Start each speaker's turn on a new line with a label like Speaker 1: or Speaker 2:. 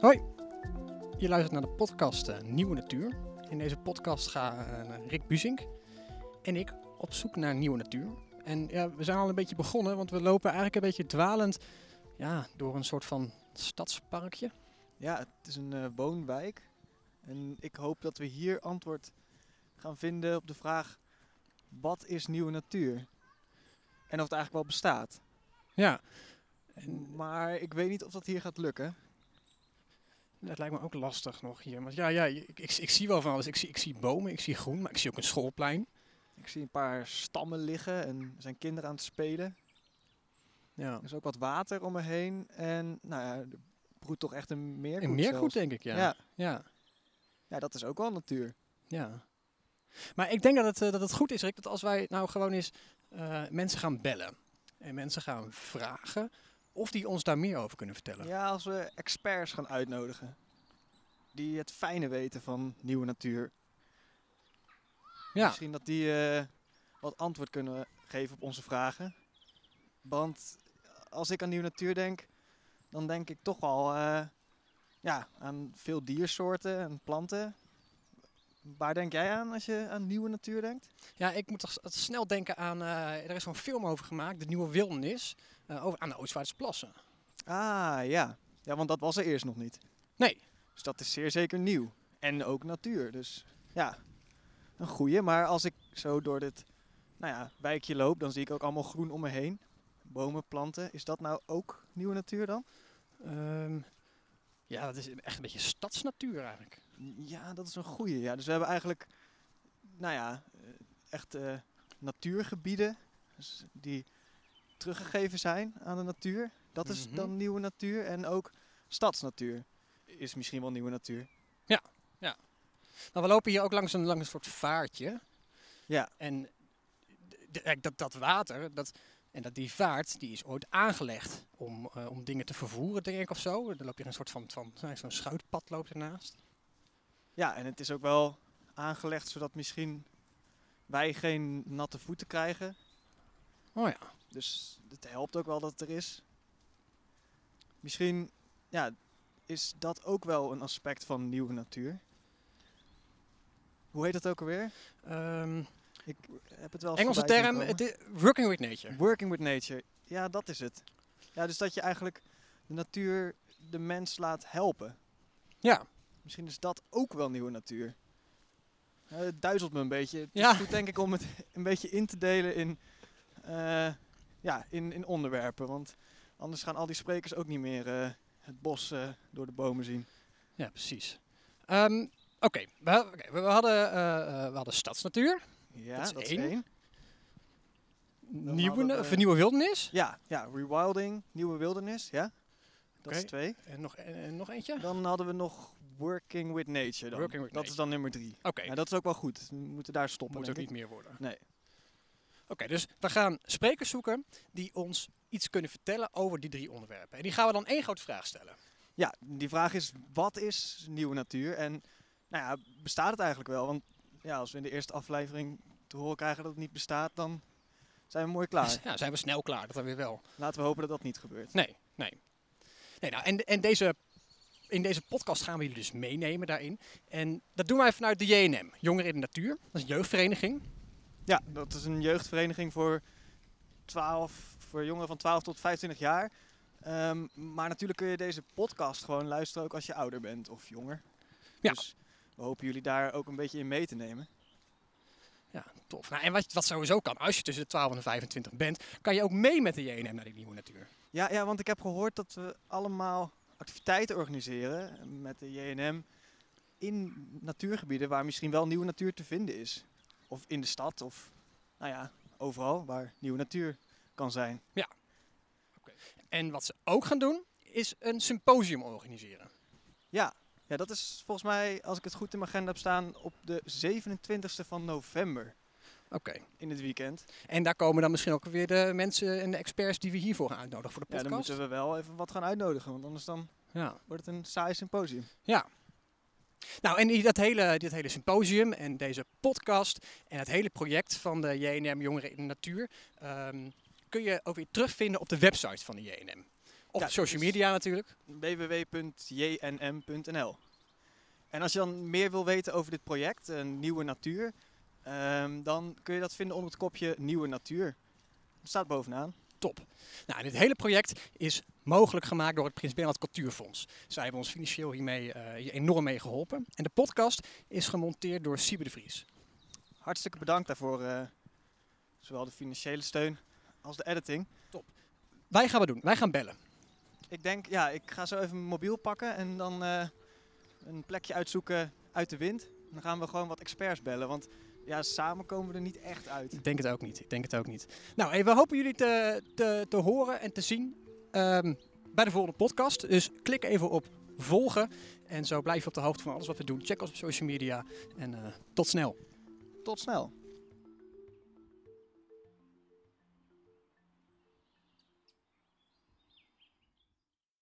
Speaker 1: Hoi, je luistert naar de podcast eh, Nieuwe Natuur. In deze podcast gaan eh, Rick Buzink en ik op zoek naar nieuwe natuur. En ja, we zijn al een beetje begonnen, want we lopen eigenlijk een beetje dwalend ja, door een soort van stadsparkje.
Speaker 2: Ja, het is een eh, woonwijk. En ik hoop dat we hier antwoord gaan vinden op de vraag: wat is nieuwe natuur? En of het eigenlijk wel bestaat.
Speaker 1: Ja, en
Speaker 2: Maar ik weet niet of dat hier gaat lukken.
Speaker 1: dat lijkt me ook lastig nog hier. Want ja, ja ik, ik, ik zie wel van alles. Ik zie, ik zie bomen, ik zie groen, maar ik zie ook een schoolplein.
Speaker 2: Ik zie een paar stammen liggen en er zijn kinderen aan het spelen.
Speaker 1: Ja.
Speaker 2: Er is ook wat water om me heen. En nou ja, er broedt toch echt een meerkoet.
Speaker 1: En meer goed,
Speaker 2: zelfs.
Speaker 1: denk ik, ja.
Speaker 2: Ja.
Speaker 1: ja.
Speaker 2: Ja, dat is ook wel natuur.
Speaker 1: Ja. Maar ik denk dat het, eh, dat het goed is, Rick, dat als wij nou gewoon eens eh, mensen gaan bellen en mensen gaan vragen of die ons daar meer over kunnen vertellen.
Speaker 2: Ja, als we experts gaan uitnodigen. Die het fijne weten van nieuwe natuur.
Speaker 1: Ja,
Speaker 2: Misschien dat die eh, wat antwoord kunnen geven op onze vragen. Want als ik aan nieuwe natuur denk, dan denk ik toch al eh, ja, aan veel diersoorten en planten. Waar denk jij aan als je aan nieuwe natuur denkt?
Speaker 1: ja ik moet toch s- snel denken aan, eh, er is zo'n film over gemaakt, De Nieuwe Wildernis, eh, over, aan de Oostvaarderse plassen.
Speaker 2: Ah ja. ja, want dat was er eerst nog niet.
Speaker 1: Nee.
Speaker 2: Dus dat is zeer zeker nieuw. En ook natuur. Dus ja, een goeie. Maar als ik zo door dit nou ja, wijkje loop, dan zie ik ook allemaal groen om me heen. Bomen, planten. Is dat nou ook nieuwe natuur dan?
Speaker 1: Ehm, ja, dat is echt een beetje stadsnatuur eigenlijk.
Speaker 2: Ja, dat is een goeie. Ja. Dus we hebben eigenlijk, nou ja, eh, echt eh, natuurgebieden dus die teruggegeven zijn aan de natuur. Dat is
Speaker 1: Mhm.
Speaker 2: dan nieuwe natuur. En ook stadsnatuur is misschien wel nieuwe natuur.
Speaker 1: Nou, we lopen hier ook langs een, langs een soort vaartje.
Speaker 2: Ja.
Speaker 1: En d- d- kijk, dat, dat water dat, en dat die vaart, die is ooit aangelegd om, eh, om dingen te vervoeren, denk ik, of zo. Dan loop je een soort van, van nou, zo'n schuitpad loopt ernaast.
Speaker 2: Ja, en het is ook wel aangelegd zodat misschien wij geen natte voeten krijgen.
Speaker 1: Oh ja.
Speaker 2: Dus het helpt ook wel dat het er is. Misschien ja, is dat ook wel een aspect van nieuwe natuur. Hoe heet dat ook alweer?
Speaker 1: Ehm,
Speaker 2: Ik heb het wel eens
Speaker 1: Engelse
Speaker 2: voorbij zien
Speaker 1: term,
Speaker 2: komen.
Speaker 1: het i- working with nature.
Speaker 2: Working with nature. Ja, dat is het. Ja, dus dat je eigenlijk de natuur, de mens laat helpen.
Speaker 1: Ja,
Speaker 2: Misschien is dat ook wel nieuwe natuur. Eh, het duizelt me een beetje. Het
Speaker 1: Ja.
Speaker 2: is goed denk ik om het een beetje in te delen in, eh, ja, in, in onderwerpen. Want anders gaan al die sprekers ook niet meer eh, het bos eh, door de bomen zien.
Speaker 1: ja precies. Ehm, Oké, we, oké, we, we hadden, eh, eh, we hadden stadsnatuur,
Speaker 2: Ja,
Speaker 1: Dat is
Speaker 2: dat is
Speaker 1: één.
Speaker 2: één. Dan
Speaker 1: nieuwe,
Speaker 2: hadden eh,
Speaker 1: na-
Speaker 2: we-
Speaker 1: of nieuwe wildernis.
Speaker 2: Ja, ja, rewilding, nieuwe wildernis. Ja, dat is
Speaker 1: Oké.
Speaker 2: twee.
Speaker 1: En nog, en, en nog eentje?
Speaker 2: Dan hadden we nog working with nature. Dan.
Speaker 1: Working with
Speaker 2: dat is dan nummer drie.
Speaker 1: Oké,
Speaker 2: Ja, Nou, dat is ook wel goed. We moeten daar stoppen.
Speaker 1: moet ook
Speaker 2: denk
Speaker 1: niet
Speaker 2: ik.
Speaker 1: meer worden.
Speaker 2: Nee.
Speaker 1: Oké, dus we gaan sprekers zoeken die ons iets kunnen vertellen over die drie onderwerpen. En die gaan we dan één grote vraag stellen.
Speaker 2: Ja, die vraag is, wat is nieuwe natuur? En nou ja, bestaat het eigenlijk wel? Want ja, als we in de eerste aflevering te horen krijgen dat het niet bestaat, dan zijn we mooi klaar.
Speaker 1: Ja, zijn we snel klaar, dat dan weer wel.
Speaker 2: Laten we hopen dat dat niet gebeurt.
Speaker 1: Nee, nee. nee nou, en en deze, in deze podcast gaan we jullie dus meenemen daarin. En dat doen wij vanuit de JNM, Jongeren in de Natuur. Dat is een jeugdvereniging.
Speaker 2: Ja, dat is een jeugdvereniging voor, 12, voor jongeren van 12 tot 25 jaar. Ehm, maar natuurlijk kun je deze podcast gewoon luisteren ook als je ouder bent of jonger.
Speaker 1: Ja.
Speaker 2: Dus we hopen jullie daar ook een beetje in mee te nemen.
Speaker 1: Ja, tof. Nou, en wat, wat sowieso kan, als je tussen de 12 en de 25 bent, kan je ook mee met de JNM naar die nieuwe natuur.
Speaker 2: Ja, ja, want ik heb gehoord dat we allemaal activiteiten organiseren met de JNM in natuurgebieden waar misschien wel nieuwe natuur te vinden is. Of in de stad, of nou ja, overal waar nieuwe natuur kan zijn.
Speaker 1: En wat ze ook gaan doen, is een symposium organiseren.
Speaker 2: Ja, ja dat is volgens mij, als ik het goed in mijn agenda heb staan, op de 27e van november
Speaker 1: Oké.
Speaker 2: in het weekend.
Speaker 1: En daar komen dan misschien ook weer de mensen en de experts die we hiervoor gaan uitnodigen voor de
Speaker 2: Ja, dan
Speaker 1: podcast.
Speaker 2: moeten we wel even wat gaan uitnodigen, want anders dan
Speaker 1: ja.
Speaker 2: wordt het een saai symposium.
Speaker 1: Nou, en die- dat hele, dit hele symposium en deze podcast en het hele project van de JNM Jongeren in de Natuur ehm, kun je ook weer terugvinden op de website van de JNM. Op
Speaker 2: Ja,
Speaker 1: social
Speaker 2: dus-
Speaker 1: media natuurlijk.
Speaker 2: www.jnm.nl. En als je dan meer wil weten over dit project, een nieuwe natuur, ehm, dan kun je dat vinden onder het kopje Nieuwe Natuur. Dat staat bovenaan.
Speaker 1: Top. Nou, dit hele project is mogelijk gemaakt door het Prins Bernhard Cultuurfonds. Zij hebben ons financieel hiermee eh, hier enorm mee geholpen. En de podcast is gemonteerd door Siebe de Vries.
Speaker 2: Hartstikke bedankt daarvoor, eh, zowel de financiële steun als de editing.
Speaker 1: Wij gaan wat doen. Wij gaan bellen.
Speaker 2: Ik denk, ja, ik ga zo even mijn mobiel pakken en dan eh, een plekje uitzoeken uit de wind. Dan gaan we gewoon wat experts bellen, want ja, samen komen we er niet echt uit.
Speaker 1: Ik denk het ook niet. Ik denk het ook niet. Nou, hey, we hopen jullie te, te, te horen en te zien ehm, bij de volgende podcast. Dus klik even op volgen. En zo blijf je op de hoogte van alles wat we doen. Check ons op social media. En eh, tot snel.
Speaker 2: Tot snel!